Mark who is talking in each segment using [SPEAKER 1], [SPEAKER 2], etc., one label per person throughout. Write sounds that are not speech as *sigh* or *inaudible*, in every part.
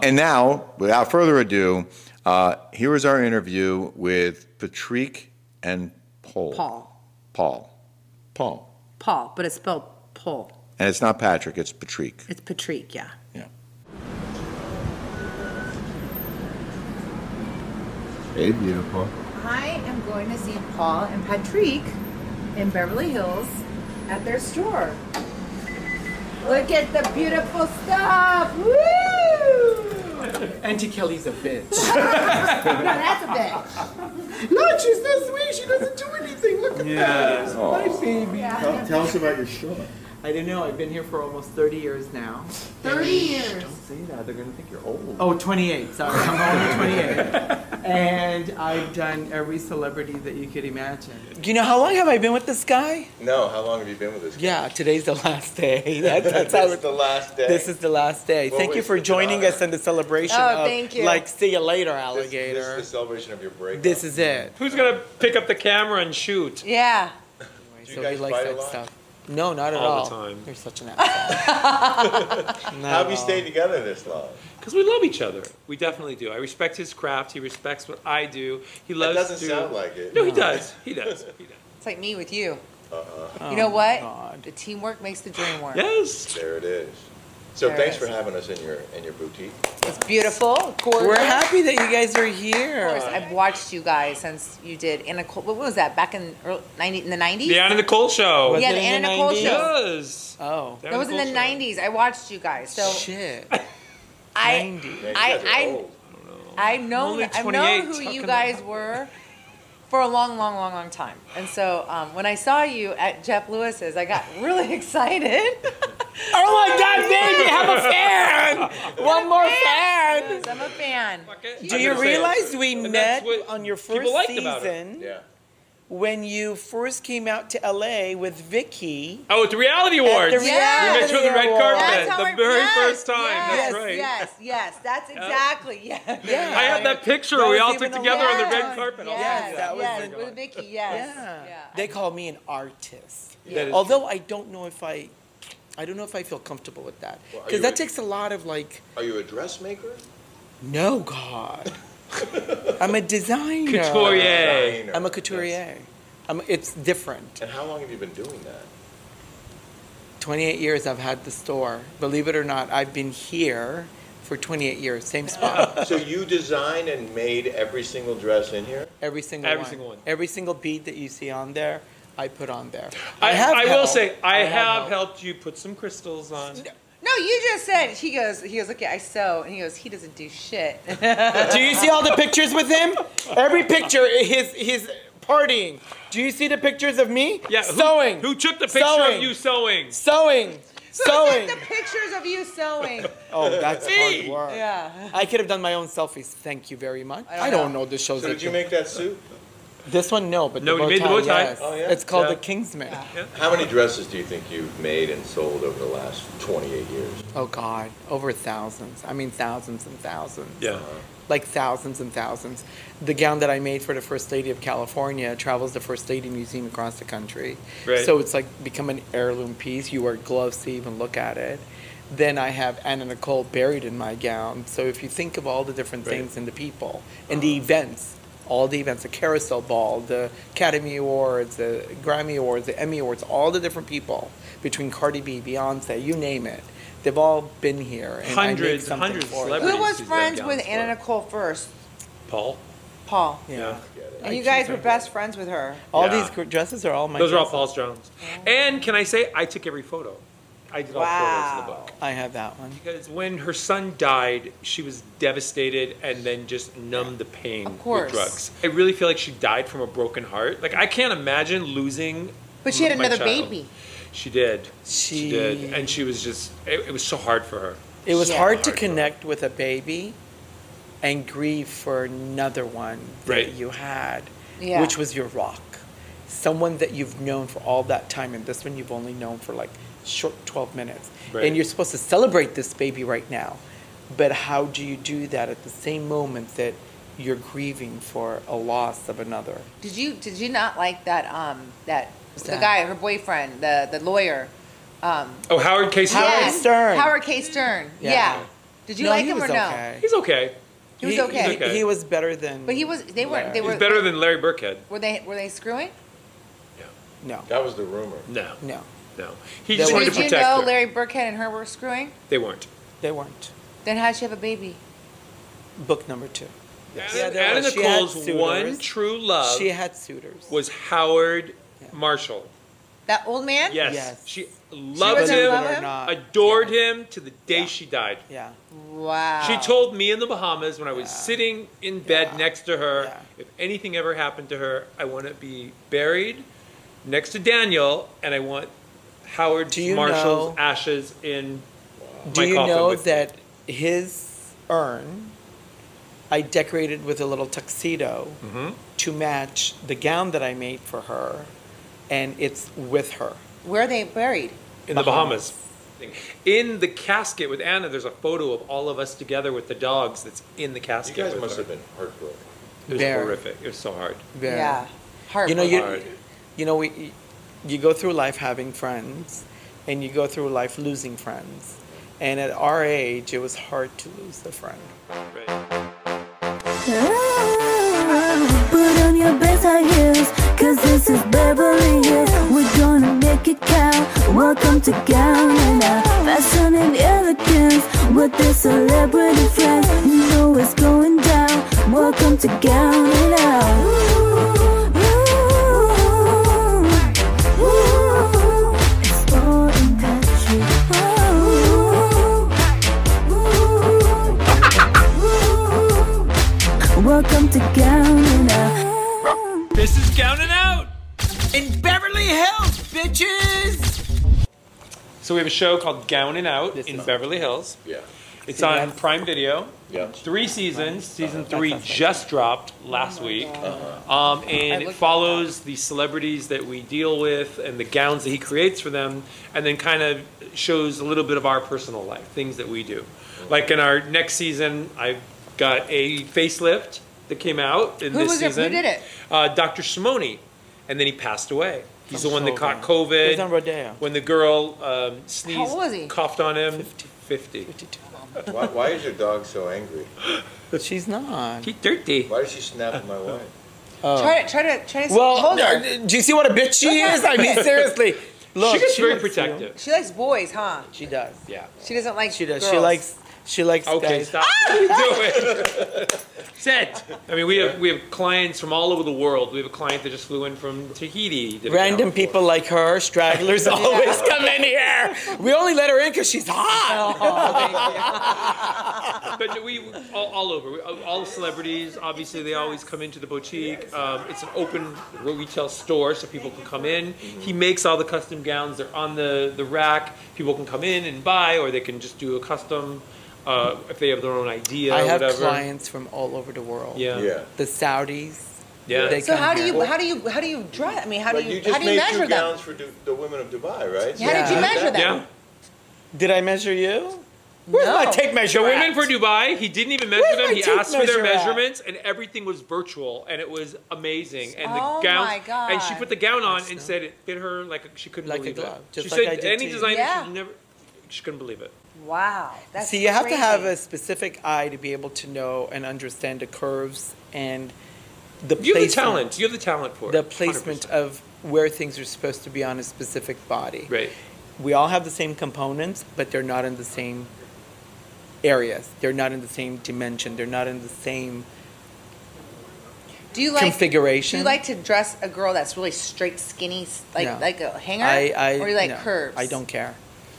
[SPEAKER 1] And now, without further ado, uh, here is our interview with Patrick and Paul.
[SPEAKER 2] Paul.
[SPEAKER 1] Paul. Paul.
[SPEAKER 2] Paul, but it's spelled Paul.
[SPEAKER 1] And it's not Patrick, it's Patrick.
[SPEAKER 2] It's Patrick, yeah.
[SPEAKER 1] Yeah.
[SPEAKER 3] Hey, beautiful.
[SPEAKER 4] I am going to see Paul and Patrick in Beverly Hills at their store. Look at the beautiful stuff! Woo!
[SPEAKER 5] Auntie Kelly's a bitch.
[SPEAKER 4] No, that's a bitch.
[SPEAKER 5] no, she's so sweet. She doesn't do anything. Look at yeah. that. My baby.
[SPEAKER 3] Tell, tell us about your show.
[SPEAKER 5] I don't know. I've been here for almost 30 years now.
[SPEAKER 4] 30 years.
[SPEAKER 5] Don't say that. They're going to think you're old. Oh, 28. Sorry. I'm only 28. *laughs* and I've done every celebrity that you could imagine. You know, how long have I been with this guy?
[SPEAKER 6] No, how long have you been with us? *laughs*
[SPEAKER 5] Yeah, today's the last day. That- *laughs* that's how
[SPEAKER 6] This is the last day.
[SPEAKER 5] This is the last day. thank you
[SPEAKER 6] it's
[SPEAKER 5] for
[SPEAKER 6] an
[SPEAKER 5] joining
[SPEAKER 6] honor.
[SPEAKER 5] us in the celebration.
[SPEAKER 4] Oh,
[SPEAKER 5] of,
[SPEAKER 4] thank you.
[SPEAKER 5] Like, see you later,
[SPEAKER 6] This- this
[SPEAKER 5] alligator.
[SPEAKER 6] is the celebration of your break.
[SPEAKER 5] This is it.
[SPEAKER 7] Who's gonna pick up the camera and shoot?
[SPEAKER 4] *laughs* Yeah.
[SPEAKER 6] Do you
[SPEAKER 5] so
[SPEAKER 6] guys
[SPEAKER 5] he likes
[SPEAKER 6] fight a
[SPEAKER 5] that
[SPEAKER 6] lot?
[SPEAKER 5] stuff. No, not at all.
[SPEAKER 7] All the time.
[SPEAKER 5] You're such
[SPEAKER 4] *laughs*
[SPEAKER 5] an asshole.
[SPEAKER 6] How have you stayed together this long?
[SPEAKER 7] Because we love each other. We definitely do. I respect his craft. He respects what I do. He
[SPEAKER 6] That
[SPEAKER 7] loves.
[SPEAKER 6] doesn't
[SPEAKER 7] to...
[SPEAKER 6] sound like it.
[SPEAKER 7] No, he does. He does. He does.
[SPEAKER 4] It's like me with you. you know what?
[SPEAKER 5] Oh, God.
[SPEAKER 4] The teamwork makes the dream work.
[SPEAKER 7] Yes.
[SPEAKER 6] There it is. So
[SPEAKER 4] There it
[SPEAKER 6] thanks
[SPEAKER 4] is.
[SPEAKER 6] for having us in your in your boutique.
[SPEAKER 4] It's beautiful, gorgeous.
[SPEAKER 5] We're happy that you guys are
[SPEAKER 4] Of
[SPEAKER 5] here.
[SPEAKER 4] course, I've watched you guys since you did Anna Cole. What was that? Back in early, 90, in the 90s?
[SPEAKER 7] The Anna Nicole show.
[SPEAKER 5] Was
[SPEAKER 4] Yeah,
[SPEAKER 5] it
[SPEAKER 4] the
[SPEAKER 5] in
[SPEAKER 4] Anna
[SPEAKER 5] the
[SPEAKER 4] Nicole
[SPEAKER 5] 90s?
[SPEAKER 4] show.
[SPEAKER 7] Yes.
[SPEAKER 5] Oh,
[SPEAKER 4] That was in the 90s. I watched you guys. So
[SPEAKER 5] shit.
[SPEAKER 4] I,
[SPEAKER 5] 90.
[SPEAKER 6] Man, you
[SPEAKER 4] I-
[SPEAKER 6] guys are
[SPEAKER 4] I-
[SPEAKER 6] old.
[SPEAKER 4] I've known,
[SPEAKER 7] only
[SPEAKER 4] I've
[SPEAKER 7] 28,
[SPEAKER 4] known who
[SPEAKER 7] how
[SPEAKER 4] you
[SPEAKER 7] can I-
[SPEAKER 4] guys were for a long, long, long, long time. And so um, when I saw you at Jeff Lewis's, I got *laughs* really excited.
[SPEAKER 5] *laughs* Oh
[SPEAKER 4] *laughs*
[SPEAKER 5] my God, baby, I'm a fan. *laughs* One more fan.
[SPEAKER 4] I'm a fan.
[SPEAKER 5] Do you realize we
[SPEAKER 7] And
[SPEAKER 5] met
[SPEAKER 7] that's what
[SPEAKER 5] on your
[SPEAKER 7] people
[SPEAKER 5] first
[SPEAKER 7] liked about it.
[SPEAKER 5] season
[SPEAKER 6] Yeah.
[SPEAKER 5] when you first came out to LA with Vicky?
[SPEAKER 7] Oh, at the reality awards.
[SPEAKER 5] the
[SPEAKER 4] Yes.
[SPEAKER 7] We met you on the red
[SPEAKER 5] Reality
[SPEAKER 7] carpet
[SPEAKER 4] That's how
[SPEAKER 7] the
[SPEAKER 4] I-
[SPEAKER 7] very
[SPEAKER 4] yes,
[SPEAKER 7] first time.
[SPEAKER 4] Yes,
[SPEAKER 7] That's right.
[SPEAKER 4] yes, yes. That's exactly, yes.
[SPEAKER 5] Yeah.
[SPEAKER 7] I had that picture
[SPEAKER 5] That
[SPEAKER 7] we
[SPEAKER 5] was
[SPEAKER 7] all
[SPEAKER 5] even
[SPEAKER 7] took
[SPEAKER 5] a
[SPEAKER 7] together on the
[SPEAKER 5] long
[SPEAKER 7] red
[SPEAKER 5] time.
[SPEAKER 7] carpet. I'll
[SPEAKER 4] Yes,
[SPEAKER 7] tell you
[SPEAKER 5] that was
[SPEAKER 4] yes,
[SPEAKER 5] the-
[SPEAKER 4] with Vicky, yes.
[SPEAKER 5] Yeah.
[SPEAKER 4] yeah.
[SPEAKER 5] They call me an artist.
[SPEAKER 7] That is-
[SPEAKER 5] Although I don't know if I, I don't know if I feel comfortable with that
[SPEAKER 6] Well, are
[SPEAKER 5] because
[SPEAKER 6] you
[SPEAKER 5] that
[SPEAKER 6] a-
[SPEAKER 5] takes a lot of like.
[SPEAKER 6] Are you a dressmaker?
[SPEAKER 5] No, God. I'm a designer.
[SPEAKER 7] Couturier.
[SPEAKER 6] Designer.
[SPEAKER 5] Oh, I'm a couturier. I'm, it's different.
[SPEAKER 6] And how long have you been doing that?
[SPEAKER 5] 28 years I've had the store. Believe it or not, I've been here for 28 years. Same
[SPEAKER 7] *laughs*
[SPEAKER 5] spot.
[SPEAKER 6] So you designed and made every single dress in here?
[SPEAKER 5] Every single
[SPEAKER 7] Every
[SPEAKER 5] one.
[SPEAKER 7] single one.
[SPEAKER 5] Every single bead that you see on there, I put on there.
[SPEAKER 7] I,
[SPEAKER 5] have
[SPEAKER 7] I will
[SPEAKER 5] help.
[SPEAKER 7] say, I,
[SPEAKER 5] help.
[SPEAKER 7] have, helped you put some crystals on.
[SPEAKER 4] No, you just said, he goes, he goes, okay, I sew. And he goes, he doesn't do shit.
[SPEAKER 5] Do you see all the pictures with him? Every picture, his his partying. Do you see the pictures of me?
[SPEAKER 7] Yeah, who-
[SPEAKER 5] sewing.
[SPEAKER 7] Who took the picture
[SPEAKER 5] Sewing.
[SPEAKER 7] of you sewing? *laughs*
[SPEAKER 5] Sewing.
[SPEAKER 4] Look *laughs*
[SPEAKER 5] Sewing.
[SPEAKER 4] at the pictures of you sewing.
[SPEAKER 5] Oh, that's hard work.
[SPEAKER 4] Yeah.
[SPEAKER 5] I could have done my own selfies. Thank you very much. I
[SPEAKER 4] don't
[SPEAKER 5] don't, know. the shows.
[SPEAKER 6] So
[SPEAKER 5] that
[SPEAKER 6] did you make that suit?
[SPEAKER 5] this one? No, but
[SPEAKER 7] No,
[SPEAKER 5] the bow
[SPEAKER 7] you made the
[SPEAKER 5] tie,
[SPEAKER 7] bow tie.
[SPEAKER 5] Yes.
[SPEAKER 6] Oh, yeah?
[SPEAKER 5] It's called
[SPEAKER 7] Yeah.
[SPEAKER 5] the Kingsman.
[SPEAKER 6] How many dresses do you think you've made and sold over the last 28 years?
[SPEAKER 5] Oh God, over thousands. I mean, thousands and thousands.
[SPEAKER 7] Yeah.
[SPEAKER 5] Like thousands and thousands. The gown that I made for the First Lady of California travels the First Lady Museum across the country.
[SPEAKER 7] Right.
[SPEAKER 5] So it's like become an heirloom piece. You wear gloves to even look at it. Then I have Anna Nicole buried in my gown. So if you think of all the different
[SPEAKER 7] Right. Uh-huh.
[SPEAKER 5] things and the people and the events, all the events, the Carousel Ball, the Academy Awards, the Grammy Awards, the Emmy Awards, all the different people between Cardi B, Beyonce, you name it, they've all been here. And I made
[SPEAKER 7] Hundreds,
[SPEAKER 5] something
[SPEAKER 7] hundreds of
[SPEAKER 5] for them.
[SPEAKER 7] celebrities.
[SPEAKER 4] Who was
[SPEAKER 7] She's
[SPEAKER 4] friends
[SPEAKER 7] that
[SPEAKER 4] with
[SPEAKER 7] down
[SPEAKER 4] Anna
[SPEAKER 7] slow.
[SPEAKER 4] Nicole first?
[SPEAKER 7] Paul.
[SPEAKER 4] Paul.
[SPEAKER 5] Yeah.
[SPEAKER 4] And you guys were best friends with her.
[SPEAKER 5] All
[SPEAKER 7] Yeah.
[SPEAKER 5] these gr- dresses are all my.
[SPEAKER 7] Those are all
[SPEAKER 5] dresses.
[SPEAKER 7] Paul's drawings.
[SPEAKER 4] Oh.
[SPEAKER 7] And can I say, I took every photo. I did all photos in the
[SPEAKER 4] Wow.
[SPEAKER 7] book.
[SPEAKER 5] I have that one.
[SPEAKER 7] Because when her son died, she was devastated and then just numbed the pain
[SPEAKER 4] Of course.
[SPEAKER 7] with drugs. I really feel like she died from a broken heart. Like I can't imagine losing.
[SPEAKER 4] But she had
[SPEAKER 7] my
[SPEAKER 4] another
[SPEAKER 7] child.
[SPEAKER 4] baby.
[SPEAKER 7] She did.
[SPEAKER 5] She-
[SPEAKER 7] did, and she was just. It, it was so hard for her.
[SPEAKER 5] It was
[SPEAKER 4] Yeah.
[SPEAKER 5] hard to connect with a baby and grieve for another one that
[SPEAKER 7] Right.
[SPEAKER 5] you had,
[SPEAKER 4] Yeah.
[SPEAKER 5] which was your rock. Someone that you've known for all that time, and this one you've only known for like short 12 minutes.
[SPEAKER 7] Right.
[SPEAKER 5] And you're supposed to celebrate this baby right now. But how do you do that at the same moment that you're grieving for a loss of another?
[SPEAKER 4] Did you did you not like that um that
[SPEAKER 5] What's
[SPEAKER 4] the
[SPEAKER 5] that?
[SPEAKER 4] guy her boyfriend the the lawyer um
[SPEAKER 7] Oh, Howard K. Stern?
[SPEAKER 5] Howard Stern.
[SPEAKER 4] Howard K Stern yeah,
[SPEAKER 5] Yeah.
[SPEAKER 4] did you
[SPEAKER 5] No,
[SPEAKER 4] like
[SPEAKER 5] he
[SPEAKER 4] him or
[SPEAKER 5] was
[SPEAKER 4] no
[SPEAKER 5] okay.
[SPEAKER 7] He's okay.
[SPEAKER 4] he was
[SPEAKER 5] He-
[SPEAKER 4] okay.
[SPEAKER 7] okay.
[SPEAKER 5] He was better than.
[SPEAKER 4] but he was they weren't they
[SPEAKER 5] Yeah.
[SPEAKER 4] were
[SPEAKER 7] He's better than Larry Burkhead.
[SPEAKER 4] were they were they screwing
[SPEAKER 5] No,
[SPEAKER 6] That was the rumor.
[SPEAKER 7] No,
[SPEAKER 5] no,
[SPEAKER 7] no. He
[SPEAKER 5] They
[SPEAKER 7] just wanted
[SPEAKER 4] did
[SPEAKER 7] to
[SPEAKER 4] you
[SPEAKER 7] protect
[SPEAKER 4] know
[SPEAKER 7] her.
[SPEAKER 4] Larry Burkhead and her were screwing
[SPEAKER 7] they weren't.
[SPEAKER 5] they weren't.
[SPEAKER 4] then how'd she have a baby
[SPEAKER 5] Book number two. Yeah,
[SPEAKER 7] Anna,
[SPEAKER 5] there
[SPEAKER 7] Anna
[SPEAKER 5] was. She had
[SPEAKER 7] Nicole's one
[SPEAKER 5] suitors.
[SPEAKER 7] true love
[SPEAKER 5] She had suitors.
[SPEAKER 7] was Howard Marshall.
[SPEAKER 4] that old man
[SPEAKER 7] Yes.
[SPEAKER 5] Yes.
[SPEAKER 7] She
[SPEAKER 4] She
[SPEAKER 7] loved
[SPEAKER 4] was in
[SPEAKER 7] him,
[SPEAKER 4] love with him?
[SPEAKER 7] adored him Uh, to the day she died.
[SPEAKER 5] Yeah.
[SPEAKER 4] wow
[SPEAKER 7] She told me in the Bahamas when I was
[SPEAKER 5] Yeah.
[SPEAKER 7] sitting in bed
[SPEAKER 5] Yeah.
[SPEAKER 7] next to her,
[SPEAKER 5] Yeah.
[SPEAKER 7] if anything ever happened to her, I want to be buried next to Daniel, and I want Howard
[SPEAKER 5] Do you
[SPEAKER 7] Marshall's
[SPEAKER 5] know-
[SPEAKER 7] ashes in
[SPEAKER 5] Do
[SPEAKER 7] my
[SPEAKER 5] you
[SPEAKER 7] coffin
[SPEAKER 5] know
[SPEAKER 7] with me.
[SPEAKER 5] that his urn I decorated with a little tuxedo
[SPEAKER 7] Mm-hmm.
[SPEAKER 5] to match the gown that I made for her, and it's with her.
[SPEAKER 4] where are they buried
[SPEAKER 7] in the Bahamas. In the casket with Anna, there's a photo of all of us together with the dogs. That's in the
[SPEAKER 6] You
[SPEAKER 7] casket.
[SPEAKER 6] guys
[SPEAKER 7] with
[SPEAKER 6] must
[SPEAKER 7] her.
[SPEAKER 6] have been heartbroken.
[SPEAKER 7] It was
[SPEAKER 5] Very.
[SPEAKER 7] horrific. It was so hard.
[SPEAKER 5] There.
[SPEAKER 4] yeah Harper.
[SPEAKER 5] You know, you,
[SPEAKER 7] Hard.
[SPEAKER 5] you know, we, you go through life having friends, and you go through life losing friends. And at our age, it was hard to lose a friend.
[SPEAKER 7] Right.
[SPEAKER 8] Put on your best high heels, cause this is Beverly Hills. We're gonna make it count. Welcome to Canada. Fashion and elegance with the celebrity friends. You know it's going down. Welcome to Canada. Ooh, ooh, ooh. It's foreign country. Ooh, ooh, ooh. Welcome to Canada.
[SPEAKER 7] This is counting out.
[SPEAKER 5] In Beverly Hills, bitches.
[SPEAKER 7] So we have a show called Gowning Out
[SPEAKER 5] This
[SPEAKER 7] in
[SPEAKER 5] is-
[SPEAKER 7] Beverly Hills.
[SPEAKER 6] Yeah.
[SPEAKER 7] It's on Prime Video.
[SPEAKER 6] Yeah.
[SPEAKER 7] Three seasons. Season
[SPEAKER 5] That
[SPEAKER 7] three
[SPEAKER 5] sounds like-
[SPEAKER 7] just dropped
[SPEAKER 4] Oh
[SPEAKER 7] last week, um, and it
[SPEAKER 4] looked
[SPEAKER 7] follows the celebrities that we deal with and the gowns that he creates for them, and then kind of shows a little bit of our personal life, things that we do. Like in our next season, I've got a facelift that came out in
[SPEAKER 4] Who
[SPEAKER 7] this
[SPEAKER 4] was it- who
[SPEAKER 7] season.
[SPEAKER 4] did it?
[SPEAKER 7] Uh, Dr. Simone, and then he passed away. He's
[SPEAKER 5] From
[SPEAKER 7] the one that caught
[SPEAKER 5] COVID.
[SPEAKER 7] COVID.
[SPEAKER 5] He was on Rodeo.
[SPEAKER 7] When the girl um, sneezed,
[SPEAKER 4] old was he?
[SPEAKER 7] coughed on him.
[SPEAKER 5] 50.
[SPEAKER 7] 50.
[SPEAKER 6] Why, why is your dog so angry?
[SPEAKER 5] But she's not.
[SPEAKER 7] He dirty.
[SPEAKER 6] Why does she snap at my wife?
[SPEAKER 5] Oh.
[SPEAKER 4] try to try to try to
[SPEAKER 5] Well,
[SPEAKER 4] hold her
[SPEAKER 5] no, do you see what a bitch she is? I *laughs* mean, seriously. Look,
[SPEAKER 7] she gets very
[SPEAKER 5] likes you.
[SPEAKER 7] protective.
[SPEAKER 4] she likes boys huh
[SPEAKER 5] She does.
[SPEAKER 7] Yeah.
[SPEAKER 4] she doesn't like
[SPEAKER 5] She does. She
[SPEAKER 4] girls.
[SPEAKER 5] likes. She likes.
[SPEAKER 7] Okay,
[SPEAKER 5] guys.
[SPEAKER 7] stop. What are you doing? *laughs* Set. I mean, we have we have clients from all over the world. We have a client that just flew in from Tahiti. that
[SPEAKER 5] Random
[SPEAKER 7] account for-
[SPEAKER 5] people like her, *laughs* stragglers, always come in here. We only let her in because she's hot.
[SPEAKER 4] Oh,
[SPEAKER 5] *laughs*
[SPEAKER 7] But we all, all over. We- All celebrities. Obviously, they always come into the boutique. Um, it's an open retail store, so people can come in. He makes all the custom gowns. They're on the the rack. People can come in and buy, or they can just do a custom uh, if they have their own idea.
[SPEAKER 5] I
[SPEAKER 7] or
[SPEAKER 5] have
[SPEAKER 7] whatever.
[SPEAKER 5] clients from all over the world.
[SPEAKER 7] *laughs* Yeah.
[SPEAKER 6] Yeah.
[SPEAKER 5] The Saudis.
[SPEAKER 7] Yeah.
[SPEAKER 5] They
[SPEAKER 4] So
[SPEAKER 5] come
[SPEAKER 4] how do
[SPEAKER 5] here.
[SPEAKER 4] you how do you how do you dress? I mean, how do
[SPEAKER 6] But
[SPEAKER 4] you,
[SPEAKER 6] you
[SPEAKER 4] how
[SPEAKER 6] just
[SPEAKER 4] do you
[SPEAKER 6] made
[SPEAKER 4] measure
[SPEAKER 6] two
[SPEAKER 4] them?
[SPEAKER 6] gowns for du- the women of Dubai, right?
[SPEAKER 4] How did you
[SPEAKER 5] Yeah.
[SPEAKER 4] measure them?
[SPEAKER 7] Yeah.
[SPEAKER 5] Did I measure you? Where's
[SPEAKER 4] No.
[SPEAKER 5] my tape measure?
[SPEAKER 7] The
[SPEAKER 5] at?
[SPEAKER 7] women for Dubai, he didn't even measure
[SPEAKER 5] Where's
[SPEAKER 7] them.
[SPEAKER 5] my
[SPEAKER 7] He
[SPEAKER 5] tape
[SPEAKER 7] asked for their
[SPEAKER 5] measure at?
[SPEAKER 7] measurements, and everything was virtual, and it was amazing. And the
[SPEAKER 4] Oh
[SPEAKER 7] gown,
[SPEAKER 4] my God.
[SPEAKER 7] and she put the gown on
[SPEAKER 5] That's
[SPEAKER 7] and
[SPEAKER 5] not-
[SPEAKER 7] said it fit her like a- she couldn't
[SPEAKER 5] Like a
[SPEAKER 7] believe
[SPEAKER 5] glove,
[SPEAKER 7] it.
[SPEAKER 5] just
[SPEAKER 7] she
[SPEAKER 5] like I
[SPEAKER 7] said
[SPEAKER 5] did to
[SPEAKER 7] any
[SPEAKER 5] you.
[SPEAKER 7] designer
[SPEAKER 4] Yeah.
[SPEAKER 7] she never, she couldn't believe it.
[SPEAKER 4] Wow. That's
[SPEAKER 5] See, you have to have a
[SPEAKER 4] crazy.
[SPEAKER 5] specific eye to be able to know and understand the curves and the
[SPEAKER 7] You have the
[SPEAKER 5] placement-
[SPEAKER 7] talent. You have the talent for
[SPEAKER 5] the
[SPEAKER 7] it. 100%.
[SPEAKER 5] placement of where things are supposed to be on a specific body.
[SPEAKER 7] Right.
[SPEAKER 5] We all have the same components, but they're not in the same areas. They're not in the same dimension. They're not in the same.
[SPEAKER 4] do you like, Do
[SPEAKER 5] configuration.
[SPEAKER 4] you like to dress a girl that's really straight, skinny, s- like
[SPEAKER 5] No.
[SPEAKER 4] like a hanger,
[SPEAKER 5] I, I
[SPEAKER 4] or you like
[SPEAKER 5] no,
[SPEAKER 4] curves?
[SPEAKER 5] I don't care.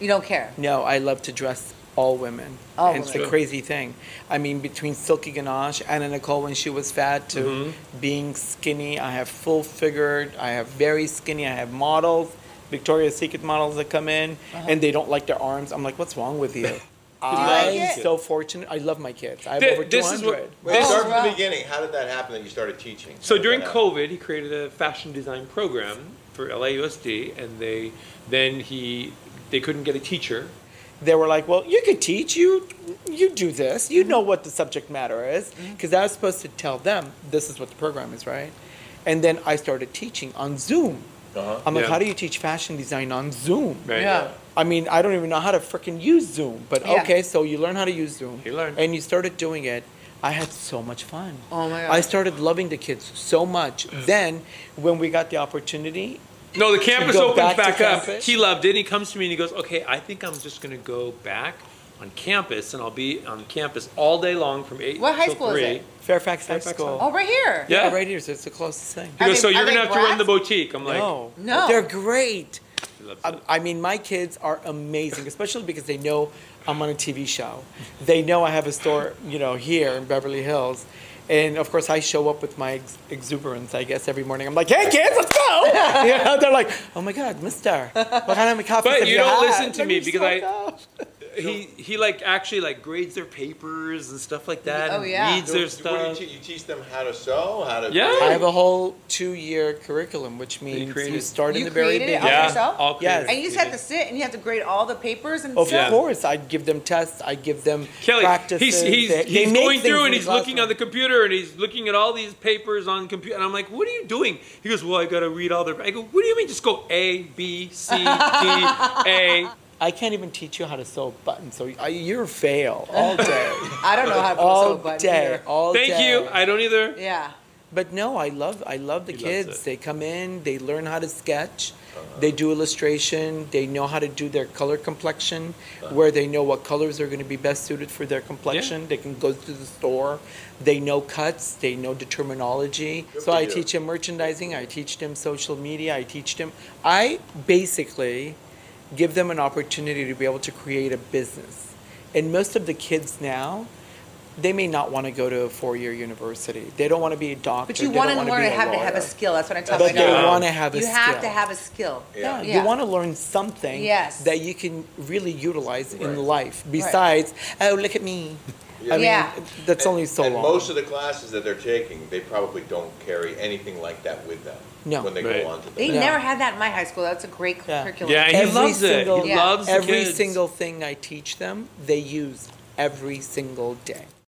[SPEAKER 4] You don't care.
[SPEAKER 5] No, I love to dress all women.
[SPEAKER 4] All
[SPEAKER 5] And it's
[SPEAKER 4] women.
[SPEAKER 5] a crazy thing. I mean, between Silky Ganache, Anna Nicole when she was fat, to
[SPEAKER 7] Mm-hmm.
[SPEAKER 5] being skinny, I have full figured, I have very skinny, I have
[SPEAKER 4] Uh-huh. *laughs*
[SPEAKER 5] models, Victoria's Secret models that come in, and they don't like their arms. I'm like, what's wrong with you? I'm
[SPEAKER 4] like it?
[SPEAKER 5] so fortunate. I love my kids. I have
[SPEAKER 7] Thi-
[SPEAKER 5] over 200.
[SPEAKER 7] this is what-
[SPEAKER 6] Wait,
[SPEAKER 4] Oh,
[SPEAKER 7] This-
[SPEAKER 6] start from the beginning. How did that happen that you started teaching?
[SPEAKER 7] So
[SPEAKER 6] How did
[SPEAKER 7] during
[SPEAKER 6] that happen?
[SPEAKER 7] COVID, he created a fashion design program for LAUSD, and they then he they couldn't get a teacher.
[SPEAKER 5] they were like, "Well, you could teach. You you do this. You know what the subject matter is." Because I was supposed to tell them, "This is what the program is, right?" And then I started teaching on Zoom.
[SPEAKER 6] Uh-huh.
[SPEAKER 5] I'm like,
[SPEAKER 7] Yeah.
[SPEAKER 5] "How do you teach fashion design on Zoom?"
[SPEAKER 7] Right?
[SPEAKER 2] Yeah.
[SPEAKER 5] I mean, I don't even know how to freaking use Zoom. But
[SPEAKER 2] Yeah.
[SPEAKER 5] okay, so you learn how to use Zoom.
[SPEAKER 7] You learn.
[SPEAKER 5] And you started doing it. I had so much fun.
[SPEAKER 2] Oh my
[SPEAKER 5] I
[SPEAKER 2] gosh.
[SPEAKER 5] started loving the kids so much. Then, when we got the opportunity,
[SPEAKER 7] No, the campus
[SPEAKER 5] To go
[SPEAKER 7] opens
[SPEAKER 5] back
[SPEAKER 7] back,
[SPEAKER 5] to
[SPEAKER 7] up.
[SPEAKER 5] campus?
[SPEAKER 7] He loved it. And he comes to me and he goes, "Okay, I think I'm just going to go back on campus, and I'll be on campus all day long from eight
[SPEAKER 4] What high
[SPEAKER 7] till
[SPEAKER 4] school is
[SPEAKER 7] three.
[SPEAKER 4] it?
[SPEAKER 5] Fairfax High
[SPEAKER 7] Fairfax
[SPEAKER 5] School.
[SPEAKER 4] Over Oh, here.
[SPEAKER 7] Yeah.
[SPEAKER 5] right here. So it's the closest thing.
[SPEAKER 7] He
[SPEAKER 4] Are
[SPEAKER 7] goes,
[SPEAKER 4] they-
[SPEAKER 7] so
[SPEAKER 4] are
[SPEAKER 7] you're
[SPEAKER 4] they
[SPEAKER 7] gonna have to run
[SPEAKER 4] black?
[SPEAKER 7] the boutique. I'm like,
[SPEAKER 5] no,
[SPEAKER 2] No.
[SPEAKER 5] they're great.
[SPEAKER 7] he loves
[SPEAKER 5] I,
[SPEAKER 7] it.
[SPEAKER 5] Um, I mean, my kids are amazing, especially because they know I'm on a TV show. They know I have a store, you know, here in Beverly Hills. And of course, I show up with my ex- exuberance, I guess, every morning. I'm like, hey, kids, let's *laughs* go. you know, they're like, oh my God, mister, what kind of coffee
[SPEAKER 7] But
[SPEAKER 5] have
[SPEAKER 7] you
[SPEAKER 5] you
[SPEAKER 7] don't
[SPEAKER 5] had?"
[SPEAKER 7] listen to
[SPEAKER 5] Like,
[SPEAKER 7] me
[SPEAKER 5] you're
[SPEAKER 7] because
[SPEAKER 5] so
[SPEAKER 7] I-
[SPEAKER 5] dumb.
[SPEAKER 7] he he like actually like grades their papers and stuff like that.
[SPEAKER 4] Oh,
[SPEAKER 7] and
[SPEAKER 4] yeah.
[SPEAKER 7] reads
[SPEAKER 6] So
[SPEAKER 7] their
[SPEAKER 6] What do
[SPEAKER 7] stuff.
[SPEAKER 6] you teach? You teach them how to sew, how to.
[SPEAKER 7] Yeah.
[SPEAKER 5] I have a whole two year curriculum, which means you
[SPEAKER 7] created-
[SPEAKER 5] start in
[SPEAKER 4] You
[SPEAKER 5] the very
[SPEAKER 4] created it?
[SPEAKER 5] beginning.
[SPEAKER 4] Okay,
[SPEAKER 7] yeah,
[SPEAKER 4] so?
[SPEAKER 7] all
[SPEAKER 5] Yes.
[SPEAKER 7] creative.
[SPEAKER 4] And you just have to sit and you have to grade all the papers and
[SPEAKER 5] Of
[SPEAKER 4] stuff.
[SPEAKER 5] course, I give them tests. I give them
[SPEAKER 7] Kelly,
[SPEAKER 5] practices.
[SPEAKER 7] he's, he's,
[SPEAKER 5] They- they
[SPEAKER 7] he's
[SPEAKER 5] make
[SPEAKER 7] going
[SPEAKER 5] things in
[SPEAKER 7] through and he's looking
[SPEAKER 5] classroom.
[SPEAKER 7] on the computer and he's looking at all these papers on computer. And I'm like, what are you doing? He goes, well, I got to read all their. I go, what do you mean? Just go A, B, C, D,
[SPEAKER 5] *laughs*
[SPEAKER 7] A.
[SPEAKER 5] I can't even teach you how to sew buttons, so I, you're a *laughs* fail all day,
[SPEAKER 4] I don't know how to put a
[SPEAKER 5] all
[SPEAKER 4] soap button
[SPEAKER 5] day,
[SPEAKER 4] here.
[SPEAKER 5] all day.
[SPEAKER 7] Thank you. I don't either.
[SPEAKER 4] Yeah.
[SPEAKER 5] but no, I love I love the
[SPEAKER 7] He loves
[SPEAKER 5] kids.
[SPEAKER 7] it.
[SPEAKER 5] They come in, they learn how to sketch, they do illustration, they know how to do their color complexion, where they know what colors are going to be best suited for their complexion. They can go to the store, they know cuts, they know the terminology.
[SPEAKER 6] Good
[SPEAKER 5] so
[SPEAKER 6] for
[SPEAKER 5] I
[SPEAKER 6] you.
[SPEAKER 5] teach them merchandising, I teach them social media, I teach them. I basically give them an opportunity to be able to create a business. And most of the kids now, they may not want to go to a four-year university. They don't want to be a doctor.
[SPEAKER 4] But you
[SPEAKER 5] want to
[SPEAKER 4] learn
[SPEAKER 5] be
[SPEAKER 4] to
[SPEAKER 5] a
[SPEAKER 4] have to have a
[SPEAKER 5] lawyer.
[SPEAKER 4] skill. That's what I tell
[SPEAKER 5] But
[SPEAKER 4] my
[SPEAKER 5] they
[SPEAKER 4] daughter.
[SPEAKER 5] want to have a
[SPEAKER 4] you
[SPEAKER 5] skill.
[SPEAKER 4] have to have a skill.
[SPEAKER 5] Yeah,
[SPEAKER 4] Yeah.
[SPEAKER 5] you want to learn something
[SPEAKER 4] Yes.
[SPEAKER 5] that you can really utilize
[SPEAKER 6] Right.
[SPEAKER 5] in life. Besides, oh look at me. I mean,
[SPEAKER 4] Yeah.
[SPEAKER 5] that's only so
[SPEAKER 6] and
[SPEAKER 5] long.
[SPEAKER 6] most of the classes that they're taking, they probably don't carry anything like that with them
[SPEAKER 5] No.
[SPEAKER 6] when they
[SPEAKER 7] Right.
[SPEAKER 6] go on to the
[SPEAKER 4] They
[SPEAKER 5] Yeah.
[SPEAKER 4] never had that in my high school. That's a great
[SPEAKER 5] Yeah.
[SPEAKER 4] curriculum.
[SPEAKER 7] Yeah, and he
[SPEAKER 5] Every
[SPEAKER 7] loves it.
[SPEAKER 5] single-
[SPEAKER 7] He
[SPEAKER 4] Yeah.
[SPEAKER 7] loves the
[SPEAKER 5] every
[SPEAKER 7] kids.
[SPEAKER 5] single thing I teach them, they use every single day.